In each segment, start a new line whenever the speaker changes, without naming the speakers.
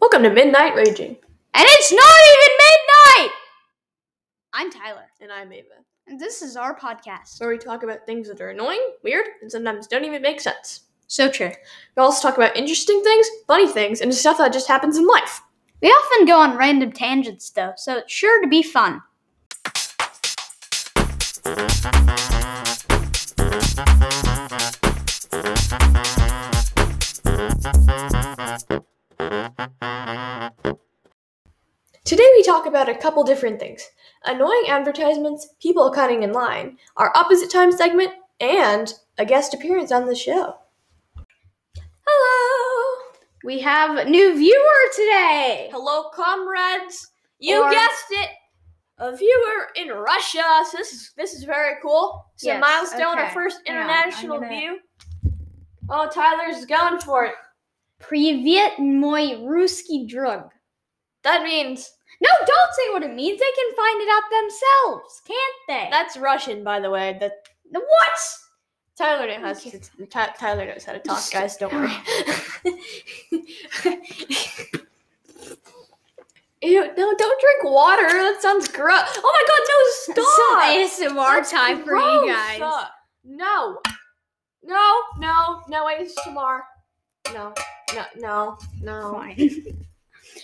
Welcome to Midnight Raging.
And it's not even midnight! I'm Tyler,
And I'm Ava,
and this is our podcast.
where we talk about things that are annoying, weird, and sometimes don't even make sense.
So true.
We also talk about interesting things, funny things, and stuff that just happens in life.
We often go on random tangents, though, so it's sure to be fun.
Today we talk about a couple different things annoying advertisements, people cutting in line, our opposite time segment, and a guest appearance on the show. Hello!
We have a new viewer today!
Hello, comrades! You
Or-
guessed it! A viewer in Russia. So this is this is very cool. It's a
Yes,
milestone, our
okay.
first
Hang on, I'm
international
gonna-
view. Oh, Tyler's going for it.
Привет, мой русский drug.
That means
No, don't say what it means. They can find it out themselves, can't they?
that's Russian, by the way. That
what?
Tyler knows how
Okay.
to, Ty- Tyler knows how to talk,
Just-
guys. Don't worry. Ew, no, don't drink water. That sounds gross. Oh my god, no, stop!
Some ASMR
That's
time for
gross.
you guys.
Uh, No. No, no, no, ASMR. No, no, no, no.
Fine.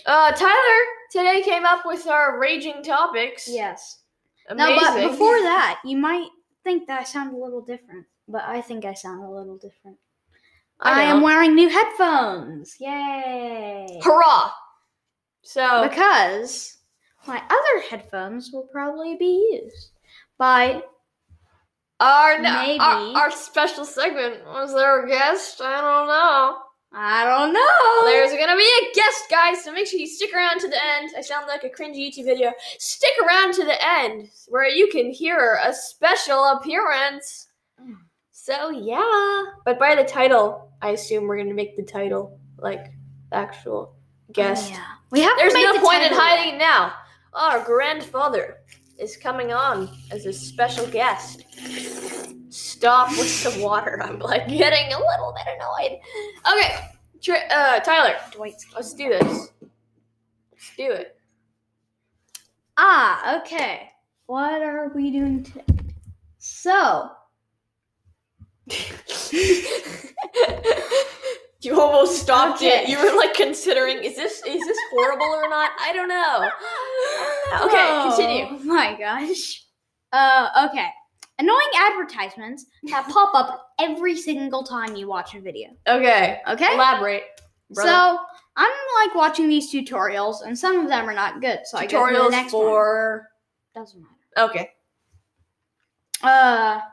Uh, Tyler today came up with our raging topics.
yes.
Amazing.
No, but before that, you might think that I sound a little different, but I think I sound a little different. I, am
don't.
wearing new headphones. Yay!
Hurrah! So,
Because my other headphones will probably be used by
our, no, our-
maybe-
Our, special segment was there a guest? I don't know.
I don't know. Oh,
There's gonna be a guest, guys, so make sure you stick around to the end. I sound like a cringy YouTube video. Stick around to the end where you can hear a special appearance. So yeah. But by the title, I assume we're gonna make the title like actual guest.
Yeah. We have.
There's
to make
no
the
point in
title
hiding it now. Our grandfather is coming on as a special guest. Stop with the water. I'm like getting a little bit annoyed. Okay, Tri- uh, Tyler,
yet. Dwight's-
let's do this. Let's do it.
Ah, okay. What are we doing today? So,
you almost stopped it.
Okay.
You were like considering is this is this horrible or not? I don't know. Okay, continue.
Oh my gosh. Uh, okay. Annoying advertisements that pop up every single time you watch a video.
Okay,
Okay?
elaborate. Brother.
So I'm like watching these tutorials, and some of them are not good. So I go to the
tutorials
next
for
one. Doesn't matter.
okay.
Uh, I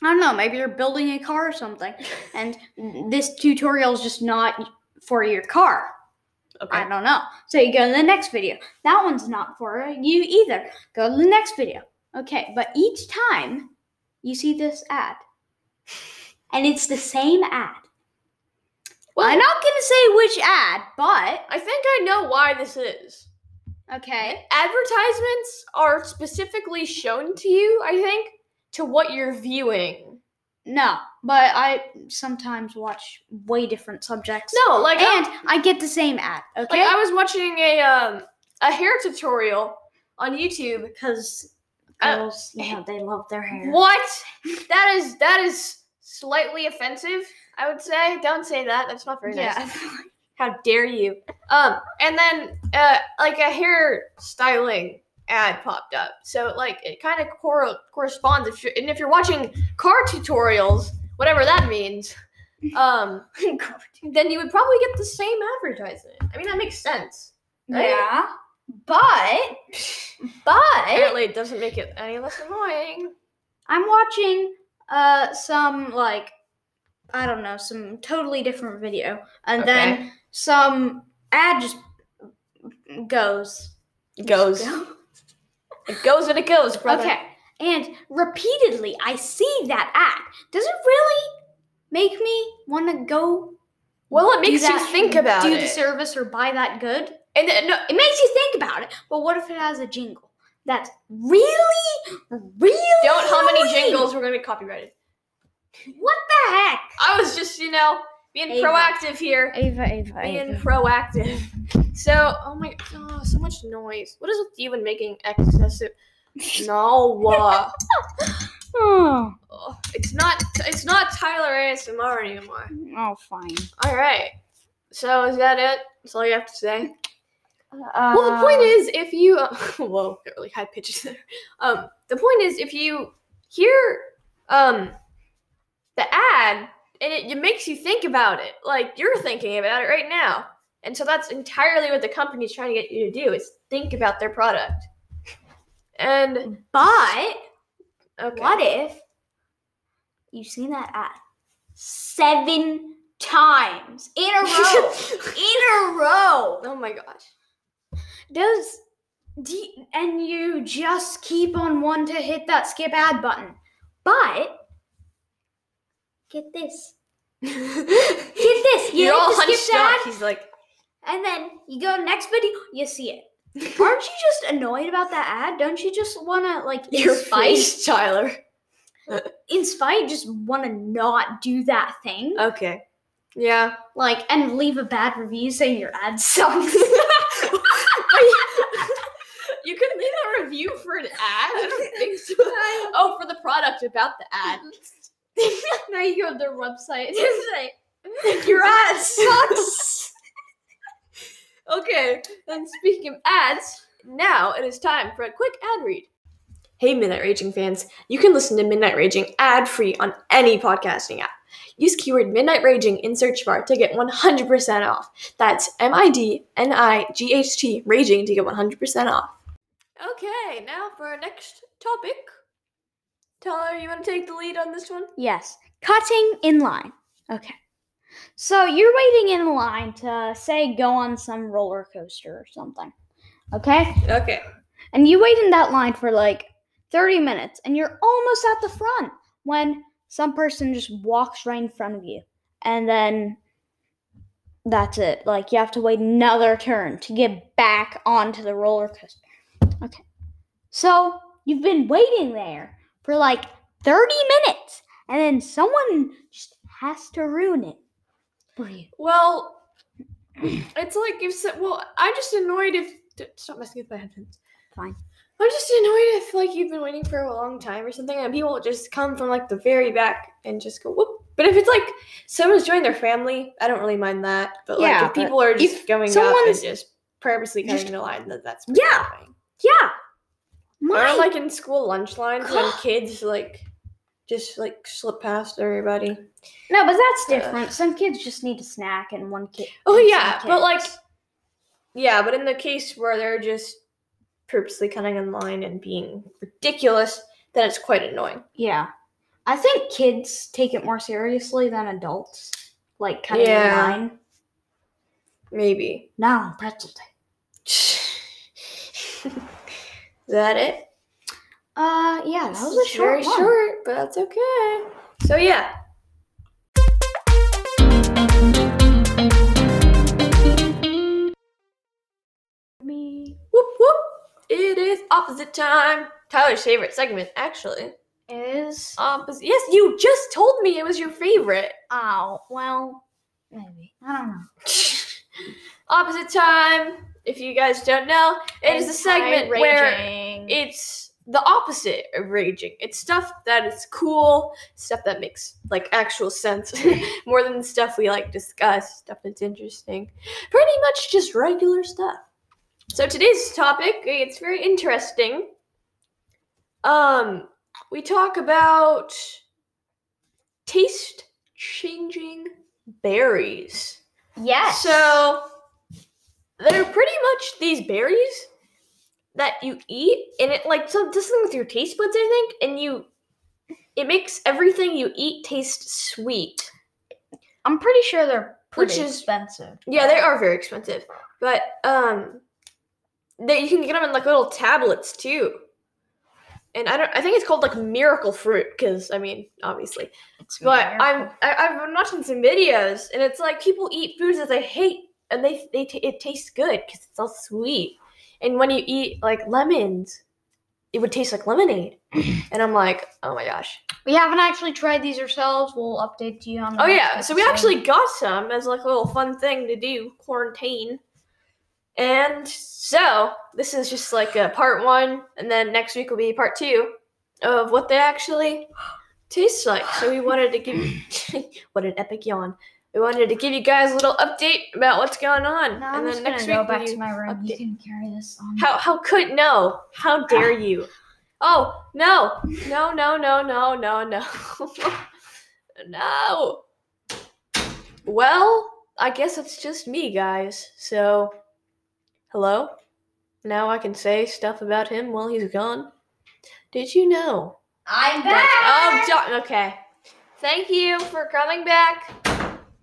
don't know. Maybe you're building a car or something, and this tutorial is just not for your car.
Okay.
I don't know. So you go to the next video. That one's not for you either. Go to the next video. Okay, but each time you see this ad, and it's the same ad.
Well-
I'm not gonna say which ad, but
I think I know why this is.
okay,
Advertisements are specifically shown to you, I think, to what you're viewing.
no, but I sometimes watch way different subjects.
No, like I-
and I get the same ad.
like
Okay,
I was watching a um a hair tutorial on YouTube.
because
Uh,
girls, you know, they love their hair.
What? That is that is slightly offensive, I would say. Don't say that. That's not very nice.
Yeah.
How dare you? Um, and then uh, like a hair styling ad popped up, so like it kind of cor- corresponds. If you're, and if you're watching car tutorials, whatever that means, um, then you would probably get the same advertisement. I mean, that makes sense. right?
yeah, but but
Apparently, it doesn't make it any less annoying.
I'm watching uh some like I don't know, some totally different video. And then some ad just goes.
It goes, it goes, and it goes, brother.
Okay. And repeatedly I see that ad. Does it really make me want to go
Well, it
do
makes you
that-
think about
do
it.
the service or buy that good?
and then, no,
It makes you think about it. But what if it has a jingle? That's really really
don't hum any
annoying?
jingles. We're gonna be copyrighted.
What the heck?
I was just, you know, Being
Ava.
proactive here.
Ava, Ava,
Being
Ava.
proactive. So, oh my, oh, so much noise. What is with you and making excessive? No, uh,
oh,
oh, it's not. It's not Tyler ASMR anymore.
oh, fine.
All right. So is that it? That's all you have to say.
Uh,
well, the point is, if you uh, whoa, got really high pitches there. Um, the point is, if you hear um the ad and it, it makes you think about it, like you're thinking about it right now, and so that's entirely what the company's trying to get you to do is think about their product. And
but
okay,
what if you've seen that ad seven times in a row? in a row.
oh my gosh.
Does do you- and you just keep on wanting to hit that skip ad button. But get this. Get this. You
You're all
hit the
hunched
skip
up.
ad
He's like,
and then you go to the next video, you see it. Aren't you just annoyed about that ad? Don't you just wanna like in
your
spite-
face, Tyler.
in spite just wanna not do that thing?
Okay. Yeah.
like and leave a bad review saying your ad sucks.
You can leave a review for an ad? I don't think so. Oh, for the product about the ad.
now you go to their website. It's like, your ad sucks.
Okay, and speaking of ads, now it is time for a quick ad read. Hey, Midnight Raging fans. You can listen to Midnight Raging ad free on any podcasting app. Use keyword Midnight Raging in search bar to get 100% off. That's M I D N I G H T Raging to get 100% off. Okay, now for our next topic. Tyler, you want to take the lead on this one?
yes, cutting in line. Okay. So you're waiting in line to say go on some roller coaster or something. Okay?
Okay.
And you wait in that line for like 30 minutes and you're almost at the front when some person just walks right in front of you. And then that's it. Like you have to wait another turn to get back onto the roller coaster. Okay. So you've been waiting there for like 30 minutes and then someone just has to ruin it for you.
Well, it's like if so, well, I'm just annoyed if d- stop messing with my headphones.
Fine.
I'm just annoyed if like you've been waiting for a long time or something, and people just come from like the very back and just go whoop. But if it's like someone's joined their family, I don't really mind that. But like
Yeah,
if
but
people are just going up and
someone's-
just purposely
just-
cutting the line, that that's
Yeah.
annoying.
Yeah.
Or
Mine-
like in school lunch lines when kids like just like slip past everybody.
No, but that's
Uh,
different. Some kids just need a snack, and one kid.
Oh
and some
yeah, but like,
kids-
yeah, but in the case where they're just purposely cutting in line and being ridiculous, then it's quite annoying.
yeah, I think kids take it more seriously than adults. Like cutting
Yeah.
in line.
Maybe.
No, pretzel tape.
Is that it?
Uh, yeah,
This
that was a
is
short
very
one.
short, but that's okay. So yeah.
Me
Whoop whoop. It is opposite time. Tyler's favorite segment, actually.
is
Opposite. Yes, you just told me it was your favorite.
oh well, maybe I don't know.
opposite time. If you guys don't know, it is a segment where
Anti-raging.
it's the opposite of raging. It's stuff that is cool, stuff that makes like actual sense, more than stuff we like discuss, stuff that's interesting. Pretty much just regular stuff. So today's topic, it's very interesting. Um, we talk about taste changing berries.
yes.
So they're pretty much these berries that you eat, and it like so does something with your taste buds, I think, and you it makes everything you eat taste sweet.
I'm pretty sure they're
Which
pretty
is-
expensive.
Yeah, they are very expensive, but um, they you can get them in like little tablets too. And I don't. I think it's called like miracle fruit because I mean, obviously,
It's
But
rare.
I'm I, I've been watching some videos, and it's like people eat foods that they hate, and they they t- it tastes good because it's all sweet. And when you eat like lemons, it would taste like lemonade. and I'm like, oh my gosh.
We haven't actually tried these ourselves. We'll update you on. the
Oh
next
yeah, so we
episode.
actually got some as like a little fun thing to do quarantine. And so this is just like a part one, and then next week will be part two of what they actually taste like. So we wanted to give what an epic yawn. We wanted to give you guys a little update about what's going on,
No, I'm
and
just
then next
gonna
week
go back
we-
to my room. You
update-
can carry this on.
how how could no? How dare you? Oh no no no no no no no no. Well, I guess it's just me, guys. So, hello. Now I can say stuff about him while he's gone. Did you know?
I'm
that- Oh, do- okay. Thank you for coming back.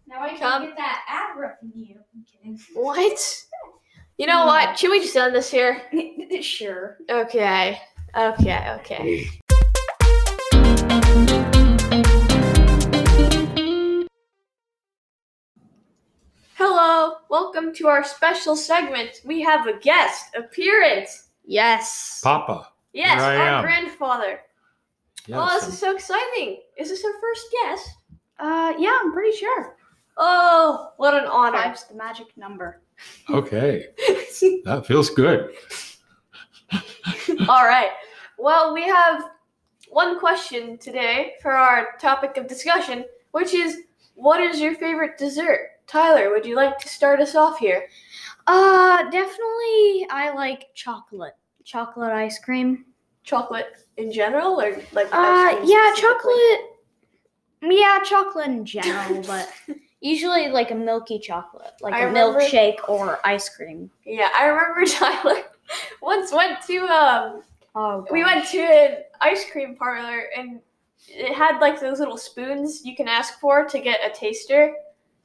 now I can
Come.
get that ad rep from you. I'm
What? You know what? Should we just end this here?
kidding. sure.
Okay. Okay. Okay. Hello, welcome to our special segment. We have a guest appearance.
Yes.
Papa.
Yes,
Here I
our
am.
grandfather.
Yes.
Oh, this is so exciting. Is this our first guest?
Uh, yeah, I'm pretty sure.
Oh, what an honor.
Five's the magic number.
okay. That feels good.
All right. Well, we have one question today for our topic of discussion, which is what is your favorite dessert? Tyler, would you like to start us off here?
Uh, definitely. I like chocolate. Chocolate ice cream.
Chocolate in general or like ice
Uh,
cream
yeah,
specifically?
chocolate. Yeah, chocolate in general, but usually like a milky chocolate, like
I
a
remember-
milkshake or ice cream.
Yeah, I remember Tyler once went to um
Oh,
we
gosh.
went to an ice cream parlor and it had like those little spoons you can ask for to get a taster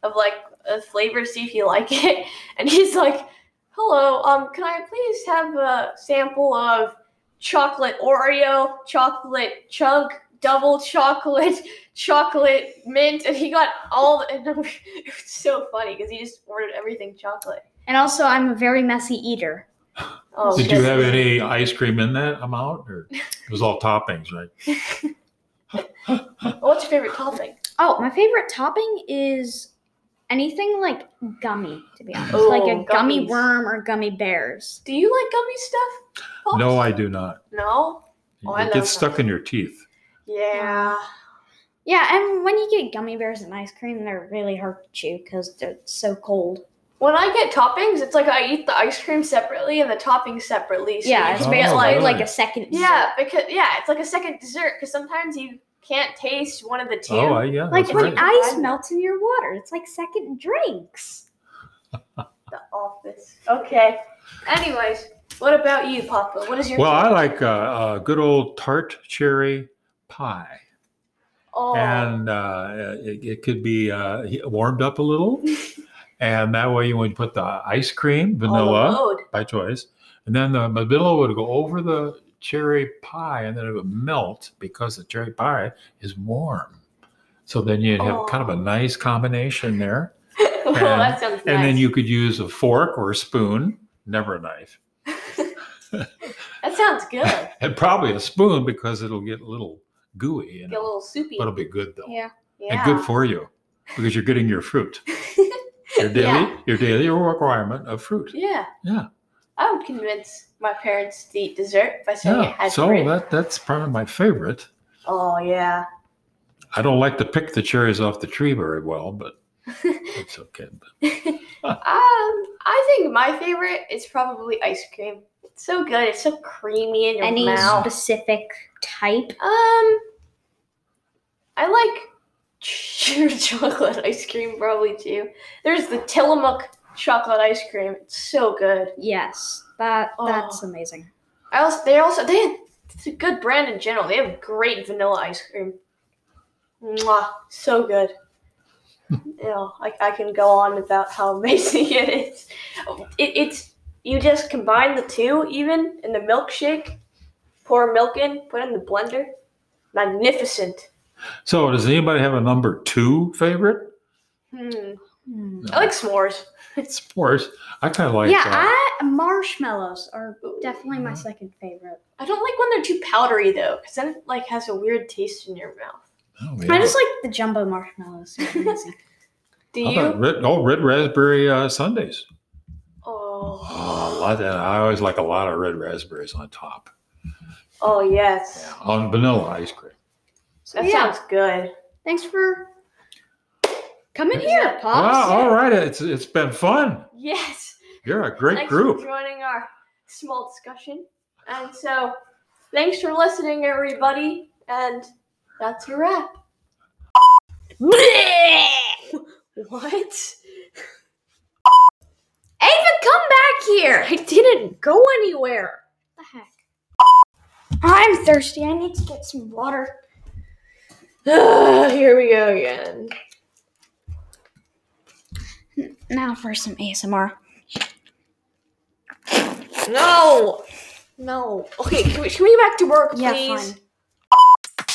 of like a flavor see if you like it and he's like hello um can i please have a sample of chocolate oreo chocolate chunk double chocolate chocolate mint and he got all the, and it was so funny because he just ordered everything chocolate
And also, I'm a very messy eater.
oh
Did you
shit.
have any ice cream in that amount? Or it was all toppings, right?
what's your favorite topping
Oh, my favorite topping is anything like gummy, to be honest,
Oh,
like a gummy
gummies.
worm or gummy bears.
do you like gummy stuff Pops?
No, I do not.
no Oh, I
It
love
gets stuck
that.
in your teeth.
Yeah.
Yeah, and when you get gummy bears and ice cream, they're really hard to chew because they're so cold.
When I get toppings, it's like I eat the ice cream separately and the toppings separately. So
yeah,
you
it's
just get
basically
like,
Oh, really?
like a second.
yeah, because yeah, it's like a second dessert because sometimes you can't taste one of the two.
Oh, I, yeah.
Like
that's
when
right.
ice melts in your water, it's like second drinks.
The office. Okay. Anyways, what about you, Papa? What is your
Well, I like uh, uh, good old tart cherry pie.
oh,
And uh, it, it could be uh, warmed up a little. and that way, you would put the ice cream,
on the
vanilla.
road.
by choice. And then the Modelo would go over the cherry pie and then it would melt because the cherry pie is warm. So then you'd have
Oh.
kind of a nice combination there.
well, Oh, that sounds nice.
And then you could use a fork or a spoon, never a knife,
That sounds good. Get
and probably a spoon because it'll get a little gooey. And
a little soupy.
but it'll be good though.
Yeah.
yeah.
And good for you because you're getting your fruit. Your daily,
Yeah.
your daily requirement of fruit.
yeah.
Yeah.
I would convince my parents to eat dessert by saying it
Yeah.
had
So
fruit.
that that's probably my favorite.
Oh yeah.
I don't like to pick the cherries off the tree very well, but it's okay.
Um, I think my favorite is probably ice cream. It's so good. It's so creamy in your
Any
mouth.
specific type?
Um, I like sheer chocolate ice cream probably too. There's the Tillamook chocolate ice cream. It's so good.
Yes, that that's
Oh.
amazing.
I also they also they have, it's a good brand in general. They have great vanilla ice cream. Mwah, so good. you know, I, I can go on about how amazing it is. It, it's you just combine the two even in the milkshake, pour milk in, put it in the blender. Magnificent.
So, does anybody have a number two favorite?
Hmm.
Hmm.
I like s'mores.
S'mores. I kind of like uh,
yeah,
that.
I, marshmallows are definitely my
Mm-hmm.
second favorite.
I don't like when they're too powdery though, because then it like has a weird taste in your mouth.
Oh,
I
yeah.
just like the jumbo marshmallows. They're amazing.
Do
How
you?
about red, oh, red raspberry uh, sundays.
oh,
Oh, I love that. I always like a lot of red raspberries on top.
oh yes.
Yeah, on vanilla ice cream.
so
That
yeah,
sounds good.
thanks for coming
Yeah.
here,
wow,
pops.
Ah, all right. It's it's been fun.
Yes.
You're a great
thanks for
group.
joining our small discussion. And so, thanks for listening, everybody. And that's a wrap. What?
Ava, come back here.
I didn't go anywhere.
the heck? I'm thirsty. I need to get some water.
Ugh, here we go again.
Now for some ASMR.
No. No. Okay, can we, can we get back to work,
Yeah,
please?
fine.